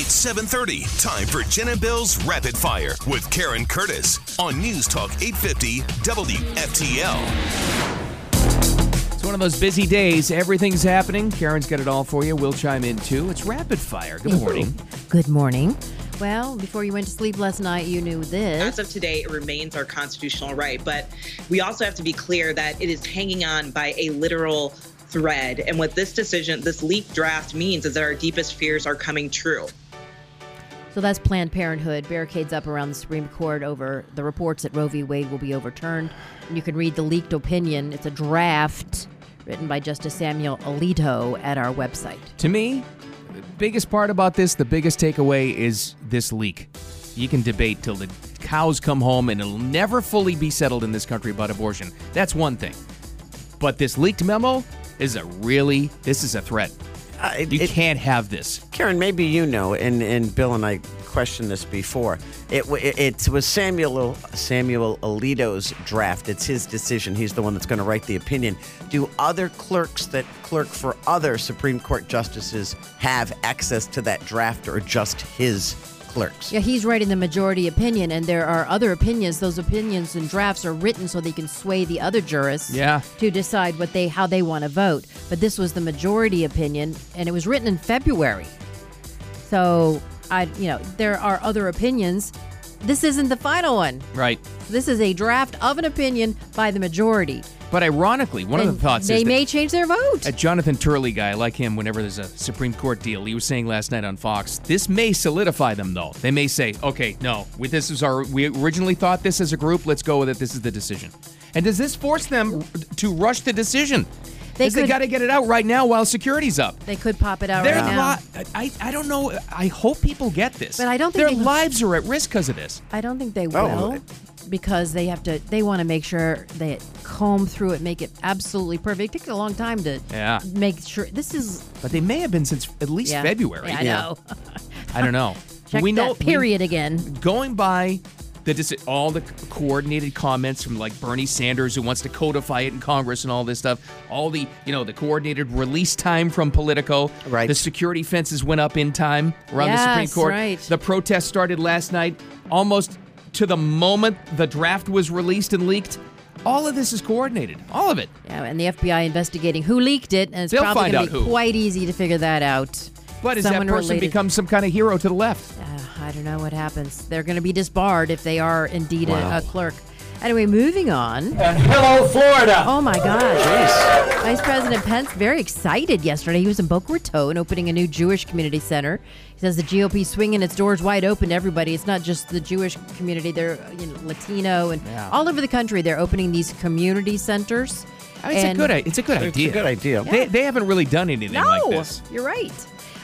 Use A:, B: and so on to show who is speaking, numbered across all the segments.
A: It's 7:30. Time for Jen and Bill's Rapid Fire with Karen Curtis on News Talk 850 WFTL.
B: It's one of those busy days. Everything's happening. Karen's got it all for you. We'll chime in too. It's rapid fire. Good morning.
C: Good morning. Well, before you went to sleep last night, you knew this.
D: As of today, it remains our constitutional right. But we also have to be clear that it is hanging on by a literal thread. And what this decision, this leaked draft means is that our deepest fears are coming true.
C: So that's Planned Parenthood. Barricades up around the Supreme Court over the reports that Roe v. Wade will be overturned. And you can read the leaked opinion. It's a draft written by Justice Samuel Alito at our website.
B: To me, the biggest part about this, the biggest takeaway is this leak. You can debate till the cows come home and it'll never fully be settled in this country about abortion. That's one thing. But this leaked memo is a really this is a threat.
E: Uh, it-
B: You
E: it-
B: can't have this.
E: Karen, maybe you know, and, and Bill and I questioned this before. It, w- it it was Samuel Samuel Alito's draft. It's his decision. He's the one that's going to write the opinion. Do other clerks that clerk for other Supreme Court justices have access to that draft, or just his clerks?
C: Yeah, he's writing the majority opinion, and there are other opinions. Those opinions and drafts are written so they can sway the other jurists
B: Yeah.
C: to decide what they how they want to vote. But this was the majority opinion, and it was written in February. So I, you know, there are other opinions. This isn't the final one.
B: Right.
C: This is a draft of an opinion by the majority.
B: But ironically, one of
C: And
B: the thoughts
C: they
B: is that-
C: may change their vote.
B: A Jonathan Turley guy, I like him whenever there's a Supreme Court deal, he was saying last night on Fox, this may solidify them though. They may say, okay, no, we, this is our, we originally thought this as a group, let's go with it, this is the decision. And does this force them to rush the decision?
C: They
B: Because they,
C: could-
B: got to get it out right now while security's up.
C: they could pop it out
B: Their
C: right now.
B: li- I, I don't know, I hope people get this.
C: But I don't think
B: Their
C: they-
B: lives are at risk because of this.
C: I don't think they will
E: Oh.
C: because they have to. They want to make sure they comb through it, make it absolutely perfect. It takes a long time to
B: Yeah.
C: make sure this is
B: But they may have been since at least
C: yeah.
B: February.
C: Yeah, I
E: Yeah.
C: know.
B: I don't know.
C: Check
B: we know
C: that period again.
B: going by the dis- all the coordinated comments from like Bernie Sanders who wants to codify it in Congress and all this stuff, all the you know the coordinated release time from Politico,
E: Right.
B: The security fences went up in time around the Supreme
C: Yes,
B: Court.
C: right.
B: The protest started last night, almost to the moment the draft was released and leaked. All of this is coordinated. All of it.
C: Yeah, and the FBI investigating who leaked it, and it's
B: They'll find
C: probably going
B: out
C: to be
B: who.
C: quite easy to figure that out.
B: But is
C: Someone
B: that person
C: related-
B: become some kind of hero to the left?
C: Uh, I don't know what happens. They're going to be disbarred if they are indeed a, a clerk. Anyway, moving on.
F: Hello, Florida.
C: Oh my God. Vice President Pence very excited yesterday. He was in Boca Raton opening a new Jewish community center. He says the GOP swinging its doors wide open to everybody. It's not just the Jewish community; they're you know, Latino and all over the country. They're opening these community centers.
B: I mean, it's a
C: And-
B: good. i- It's a good
E: It's a
B: idea.
E: good idea.
B: They, they haven't really done anything like
C: No,
B: this.
C: you're right.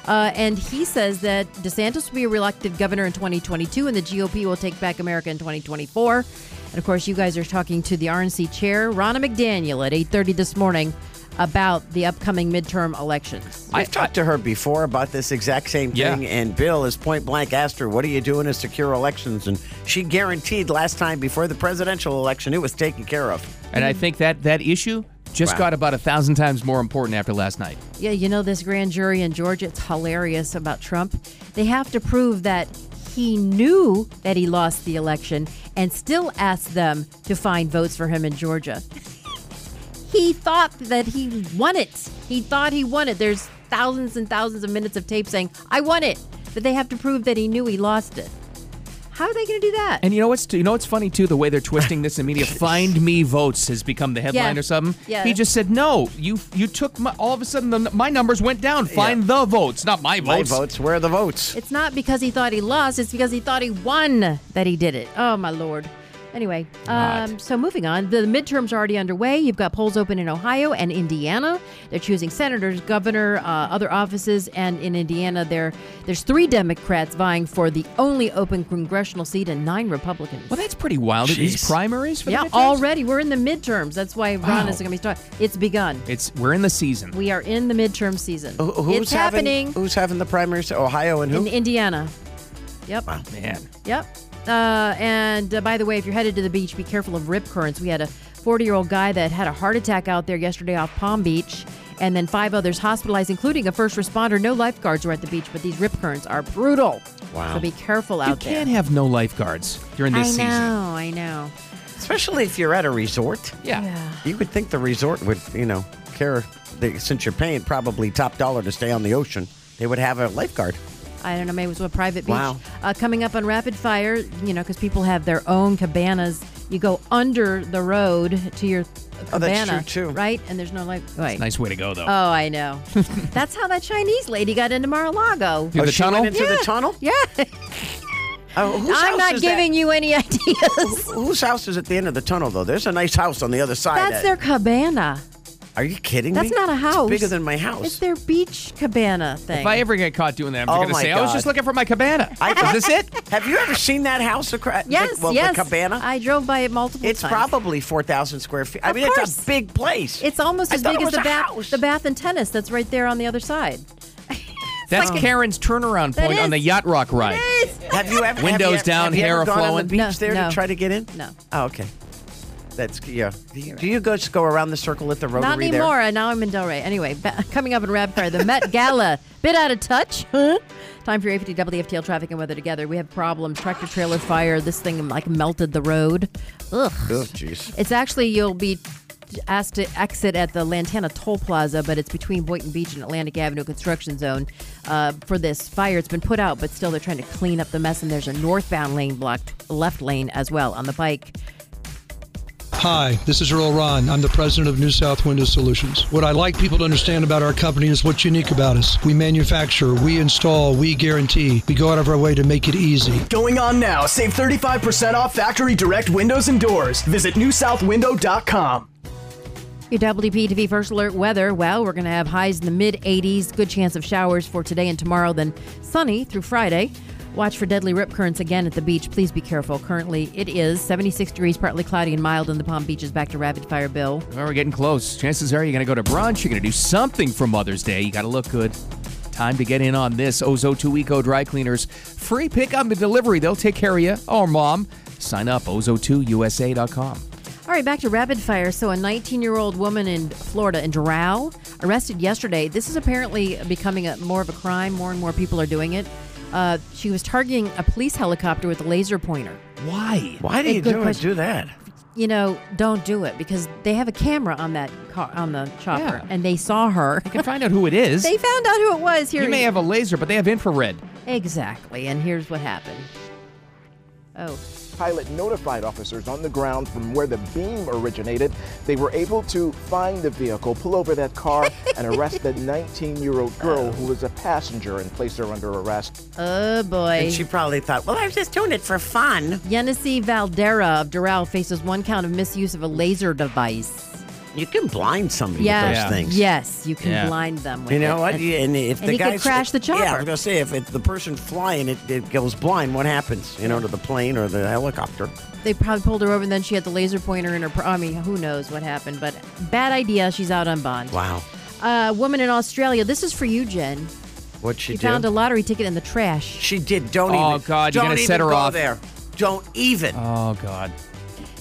C: Uh, and he says that DeSantis will be reelected governor in 2022, and the GOP will take back America in 2024. And of course, you guys are talking to the RNC chair, Ronna McDaniel, at 8:30 this morning about the upcoming midterm elections.
E: I've talked to her before about this exact same
B: Yeah.
E: thing, and Bill is point blank asked her, What are you doing to secure elections? And she guaranteed last time before the presidential election it was taken care of.
B: And I think that that issue just
E: Wow.
B: got about a thousand times more important after last night.
C: Yeah, you know this grand jury in Georgia. It's hilarious about Trump. They have to prove that he knew that he lost the election and still asked them to find votes for him in Georgia. he thought that he won it. He thought he won it. There's thousands and thousands of minutes of tape saying, "I won it," but they have to prove that he knew he lost it. How are they going to do that?
B: And you know what's you know what's funny too? The way they're twisting this in media. Find me votes has become the headline
C: Yeah.
B: or something.
C: Yeah.
B: He just said no. You you took my all of a sudden the, my numbers went down. Find the votes, not my
E: My
B: votes.
E: votes, where are the votes?
C: It's not because he thought he lost, it's because he thought he won that he did it. Oh, my Lord. Anyway, um, so moving on, the midterms are already underway. You've got polls open in Ohio and Indiana. They're choosing senators, governor, uh, other offices, and in Indiana, there there's three Democrats vying for the only open congressional seat and nine Republicans.
B: Well, that's pretty wild. These primaries for
C: yeah,
B: the midterms?
C: already we're in the midterms. That's why Ron
B: Wow.
C: is going to be starting. It's begun.
B: It's we're in the season.
C: We are in the midterm season.
E: Who- Who's
C: it's
E: having,
C: happening
E: Who's having the primaries? Ohio and who?
C: in Indiana. Yep.
B: Man,
C: Yep. Uh, and uh, by the way, if you're headed to the beach, be careful of rip currents. We had a 40 year old guy that had a heart attack out there yesterday off Palm Beach, and then five others hospitalized, including a first responder. No lifeguards were at the beach, but these rip currents are brutal.
E: Wow.
C: So be careful
B: You
C: out there.
B: can't have no lifeguards during
C: I know,
B: this season.
C: I know.
E: Especially if you're at a resort.
B: Yeah.
E: You would think the resort would, you know, care, they, since you're paying probably top dollar to stay on the ocean, they would have a lifeguard.
C: I don't know, maybe it was a private beach.
E: Wow.
C: Uh, coming up on Rapid Fire, you know, because people have their own cabanas. You go under the road to your
E: Oh, that's
C: cabana,
E: true, too.
C: right? And there's no life. Wait.
B: Nice way to go, though.
C: Oh, I know. that's how that Chinese lady got into Mar-a-Lago.
B: Through
E: Oh,
B: the
E: she went
B: tunnel?
E: into the tunnel?
C: Yeah,
E: Oh, whose
C: I'm
E: house
C: not
E: is
C: giving
E: that?
C: you any ideas.
E: Whose house is at the end of the tunnel, though? There's a nice house on the other side.
C: That's
E: that-
C: their cabana.
E: Are you kidding
C: That's
E: me?
C: not a
E: It's
C: house.
E: bigger than my house.
C: It's their beach cabana thing.
B: If I ever get caught doing that, I'm
E: Oh
B: going to
E: my
B: say, I was
E: God.
B: just looking for my cabana.
E: I-
B: Is this it?
E: Have you ever seen that house across?
C: yes,
E: the, well,
C: yes.
E: the cabana.
C: I drove by it multiple
E: it's
C: times.
E: probably four thousand square feet. I
C: Of
E: mean,
C: course.
E: it's a big place.
C: It's almost
E: I
C: as
E: thought
C: big as
E: it was
C: the
E: a
C: bath,
E: house.
C: the bath and tennis that's right there on the other side.
B: That's Karen's turnaround
C: That
B: point on
C: is-
B: the yacht rock ride.
E: Have you ever
B: Windows
E: have you ever-
B: down,
E: have you
B: hair
E: ever gone on
B: flowing.
E: the beach
C: No,
E: there
C: no.
E: to try to get in?
C: No.
E: Oh, okay. That's yeah. Do you, do you go just go around the circle at the rotary
C: Not
E: there?
C: anymore. and Now I'm in Delray. Anyway, ba- coming up in Rab Car, the Met Gala. Bit out of touch. huh? Time for your AFT WFTL traffic and weather together. We have problems. Tractor trailer fire. This thing like melted the road. Ugh.
E: Oh, jeez.
C: It's actually you'll be asked to exit at the Lantana Toll Plaza, but it's between Boynton Beach and Atlantic Avenue construction zone uh, for this fire. It's been put out, but still they're trying to clean up the mess. And there's a northbound lane blocked, left lane as well on the bike.
F: Hi, this is Earl Ron. I'm the president of New South Window Solutions. What I like people to understand about our company is what's unique about us. We manufacture, we install, we guarantee. We go out of our way to make it easy.
G: Going on now. Save 35% off factory direct windows and doors. Visit newsouthwindow.com.
C: Your WPTV First Alert weather. Well, we're going to have highs in the mid 80s, good chance of showers for today and tomorrow, then sunny through Friday. Watch for deadly rip currents again at the beach. Please be careful. Currently, it is 76 degrees, partly cloudy and mild in the Palm Beaches. Back to rapid fire, Bill.
B: Well, we're getting close. Chances are you're going to go to brunch. You're going to do something for Mother's Day. You got to look good. Time to get in on this. Ozo Eco Dry Cleaners. Free pick on the delivery. They'll take care of you or mom. Sign up, ozo2usa.com.
C: All right, back to rapid fire. So, a 19 year old woman in Florida, in Doral, arrested yesterday. This is apparently becoming a, more of a crime. More and more people are doing it. Uh, she was targeting a police helicopter with a laser pointer.
B: Why?
E: Why do
C: Hey,
E: you
C: good
E: do, it-
C: question.
E: do that?
C: you know, don't do it because they have a camera on that car on the chopper,
B: Yeah.
C: and they saw her.
B: You can find out who it is.
C: they found out who it was. Here,
B: you may have a laser, but they have infrared.
C: exactly, and here's what happened. Oh,
H: pilot notified officers on the ground from where the beam originated. They were able to find the vehicle, pull over that car, and arrest the 19 year old girl who was a passenger and place her under arrest.
C: oh boy.
E: And she probably thought, well, I was just doing it for fun.
C: Yenisei Valdera of Doral faces one count of misuse of a laser device.
E: You can blind somebody
C: Yeah.
E: with those things.
C: Yes, you can
B: Yeah.
C: blind them. With
E: You know
C: it.
E: what? Yeah, and if
C: and
E: the
C: he could
E: guy
C: crash the
E: Yeah, I
C: chopper.
E: was gonna say if it, the person flying it, it goes blind, what happens? You know, to the plane or the helicopter.
C: They probably pulled her over, and then she had the laser pointer in her. pro- I mean, who knows what happened? But bad idea. She's out on bond.
E: Wow,
C: A woman in Australia. This is for you, Jen.
E: what she
C: You
E: do?
C: found a lottery ticket in the trash.
E: she did. Don't
B: Oh,
E: even.
B: God, you're
E: don't
B: gonna
E: even
B: set her
E: go
B: off.
E: there. Don't even.
B: Oh, God.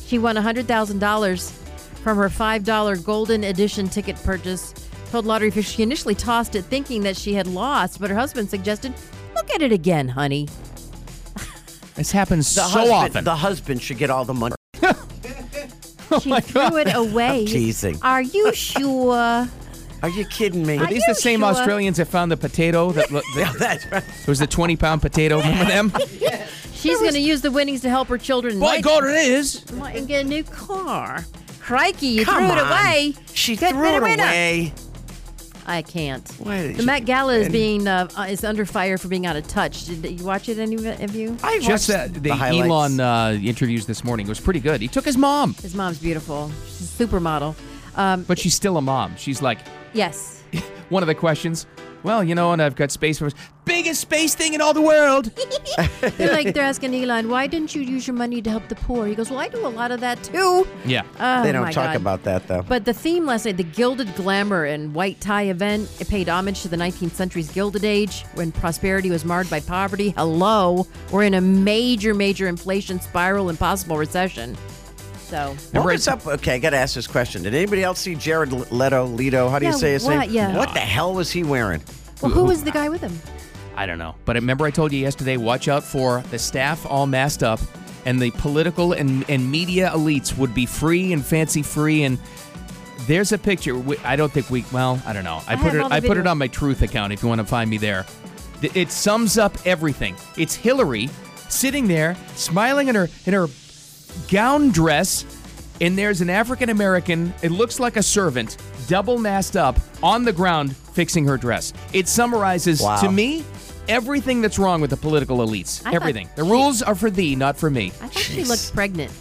C: She won $100,000 from her $5 golden edition ticket purchase. Told lottery officials she initially tossed it thinking that she had lost, but her husband suggested, Look at it again, honey.
B: This happens
E: the
B: so
E: husband,
B: often.
E: the husband should get all the money.
C: She threw it away.
E: I'm teasing.
C: Are you sure?
E: Are you kidding me? Oh,
B: Are these the same
C: sure?
B: Australians that found the potato? That, that
E: That's right.
B: it was the 20 pound potato. Remember them?
C: She's going to use the winnings to help her children
B: By
C: like-
B: God, it is.
C: and get a new car. Crikey, you
E: Come
C: threw it
E: on.
C: away.
E: She
C: Could
E: threw
C: been a
E: it
C: winner.
E: away.
C: I can't.
E: Why did
C: the
E: she-
C: Met Gala is
E: and-
C: being uh, uh, is under fire for being out of touch. Did you watch it? Any of you?
E: I
B: Just
E: watched
B: that the,
E: the highlights.
B: Elon uh, interviews this morning was pretty good. He took his mom,
C: His mom's beautiful. She's a supermodel. Um,
B: but she's still a mom. She's like,
C: yes.
B: one of the questions. Well, you know, and I've got space for biggest space thing in all the world.
C: They're like they're asking Elon, why didn't you use your money to help the poor? He goes, well, I do a lot of that too.
B: Yeah.
C: Oh,
E: They don't
C: my
E: talk
C: God.
E: about that though.
C: But the theme last night, the Gilded Glamour and White Tie event, it paid homage to the 19th century's Gilded Age when prosperity was marred by poverty. Hello, we're in a major, major inflation spiral and possible recession. So
E: What
B: Remember
E: was
B: I-
E: up? Okay, I got to ask this question. Did anybody else see Jared Leto? Leto? How do you
C: Yeah,
E: say his
C: what-
E: name?
C: yeah.
E: What the hell was he wearing?
C: well, who was the guy with him?
B: I don't know. But remember, I told you yesterday watch out for the staff all masked up, and the political and, and media elites would be free and fancy free. And there's a picture. We- I don't think we, well, I don't know. I,
C: I
B: put
C: have
B: it
C: all the
B: I put it
C: videos.
B: on my truth account if you want to find me there. Th- It sums up everything. It's Hillary sitting there, smiling in her, in her gown dress, and there's an African American, it looks like a servant, double masked up on the ground fixing her dress. It summarizes
E: Wow.
B: to me everything that's wrong with the political elites.
C: I thought
B: everything. The
C: she-
B: rules are for thee, not for me.
C: I thought she
E: Jeez.
C: looked pregnant.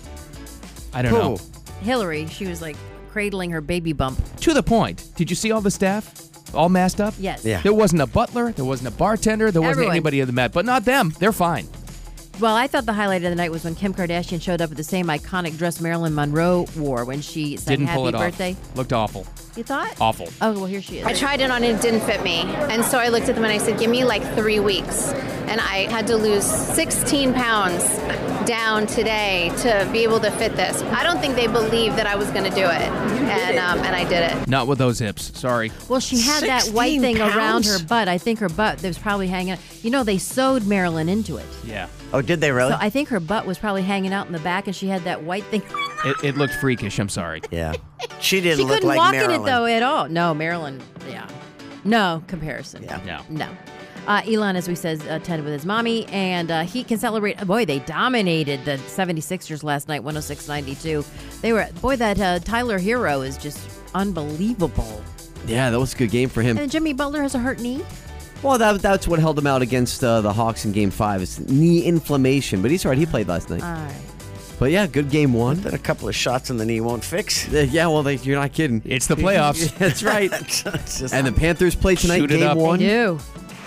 B: I don't know.
E: Who?
C: Hillary, she was like cradling her baby bump.
B: To the point. Did you see all the staff? All masked up?
C: Yes.
E: Yeah.
B: There wasn't a butler, there wasn't a bartender, there wasn't
C: Everyone.
B: anybody of the mat, but not them. They're fine.
C: Well, I thought the highlight of the night was when Kim Kardashian showed up with the same iconic dress Marilyn Monroe wore when she sang
B: Didn't
C: Happy
B: pull it
C: Birthday.
B: off. Looked awful.
C: You thought?
B: Awful.
C: Oh, well, here she is.
I: I tried it on and it didn't fit me. And so I looked at them and I said, give me like three weeks. And I had to lose 16 pounds down today to be able to fit this. I don't think they believed that I was going to do it. And, um, and I did it.
B: Not with those hips. Sorry.
C: Well, she had that
E: 16
C: white thing around
E: pounds?
C: her butt. I think her butt that was probably hanging. You know, they sewed Marilyn into it.
B: Yeah.
E: Oh, did they really?
C: So I think her butt was probably hanging out in the back, and she had that white thing.
B: It, it looked freakish. I'm sorry.
E: yeah. She didn't
C: She
E: look
C: couldn't
E: like
C: walk
E: Marilyn.
C: in it though at all. No, Marilyn. Yeah, no comparison.
E: Yeah.
B: No.
C: no. Uh, Elon, as we said, attended with his mommy, and uh, he can celebrate. Boy, they dominated the 76ers last night, 106-92. They were boy that uh, Tyler Hero is just unbelievable.
J: Yeah, that was a good game for him.
C: And Jimmy Butler has a hurt knee.
J: Well, that, that's what held him out against uh, the Hawks in Game Five. It's knee inflammation, but he's all right. He played last night.
C: All right.
J: But yeah, good game one.
E: That a couple of shots in the knee won't fix.
J: Uh, Yeah, well, they, you're not kidding.
B: It's the playoffs.
J: that's right.
E: It's just-
J: And the Panthers play tonight,
B: Shoot it
J: game
B: up. They
J: one.
C: They do.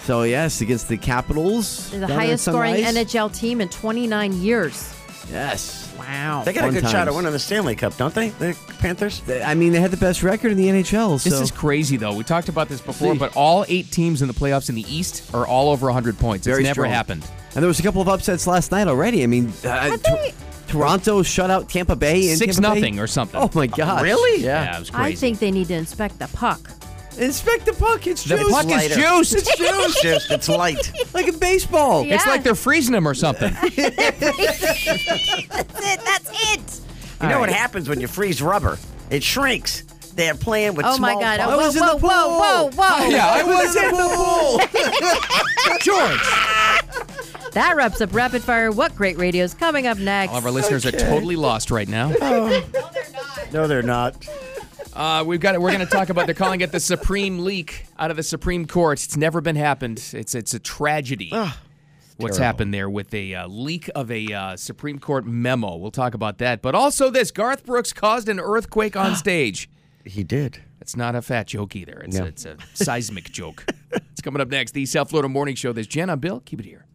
J: So yes, against the Capitals.
C: They're
J: down
C: the
J: at
C: highest scoring
J: Sunrise.
C: NHL team in 29 years.
J: Yes.
C: Wow.
E: they got a
J: Fun
E: good shot at
J: times.
E: winning the Stanley Cup, don't they? The Panthers?
J: They- I mean, they had the best record in the NHL. So
B: This is crazy, though. We talked about this before,
J: See.
B: but all eight teams in the playoffs in the East are all over 100 points.
J: very
B: it's never
J: strong.
B: happened.
J: And there was a couple of upsets last night already. I mean, uh, Tor-
C: they-
J: Toronto shut out Tampa Bay in
B: Six
J: Tampa Bay.
B: nothing or something.
J: Oh my god!
E: Really?
J: Yeah.
B: Yeah, it was crazy.
C: I think they need to inspect the puck.
J: Inspect the puck. It's
B: the
J: juiced.
B: puck is
E: Lighter.
B: juiced. It's,
E: It's juice. Just- it's light.
J: like a baseball.
C: Yeah.
B: like they're freezing them or something.
C: That's it.
E: You know what happens when you freeze rubber? It shrinks. They're playing with
C: Oh my
E: small
C: God.
E: balls.
J: I was in
C: Whoa,
J: the pool.
C: whoa, whoa, whoa.
B: Yeah, I was in
J: the pool.
B: George.
C: That wraps up Rapid Fire. What great radio is coming up next?
B: All of our listeners are totally lost right now.
E: No, they're not.
B: Uh, we've got it. We're going to talk about. They're calling it the supreme leak out of the Supreme Court. It's never been happened. It's it's a tragedy.
J: Ah,
B: What's happened there with a uh, leak of a uh, Supreme Court memo? We'll talk about that. But also this: Garth Brooks caused an earthquake on stage.
E: He did.
B: It's not a fat joke either. It's, it's a seismic joke. It's coming up next. The South Florida Morning Show. There's Jen. I'm Bill. Keep it here.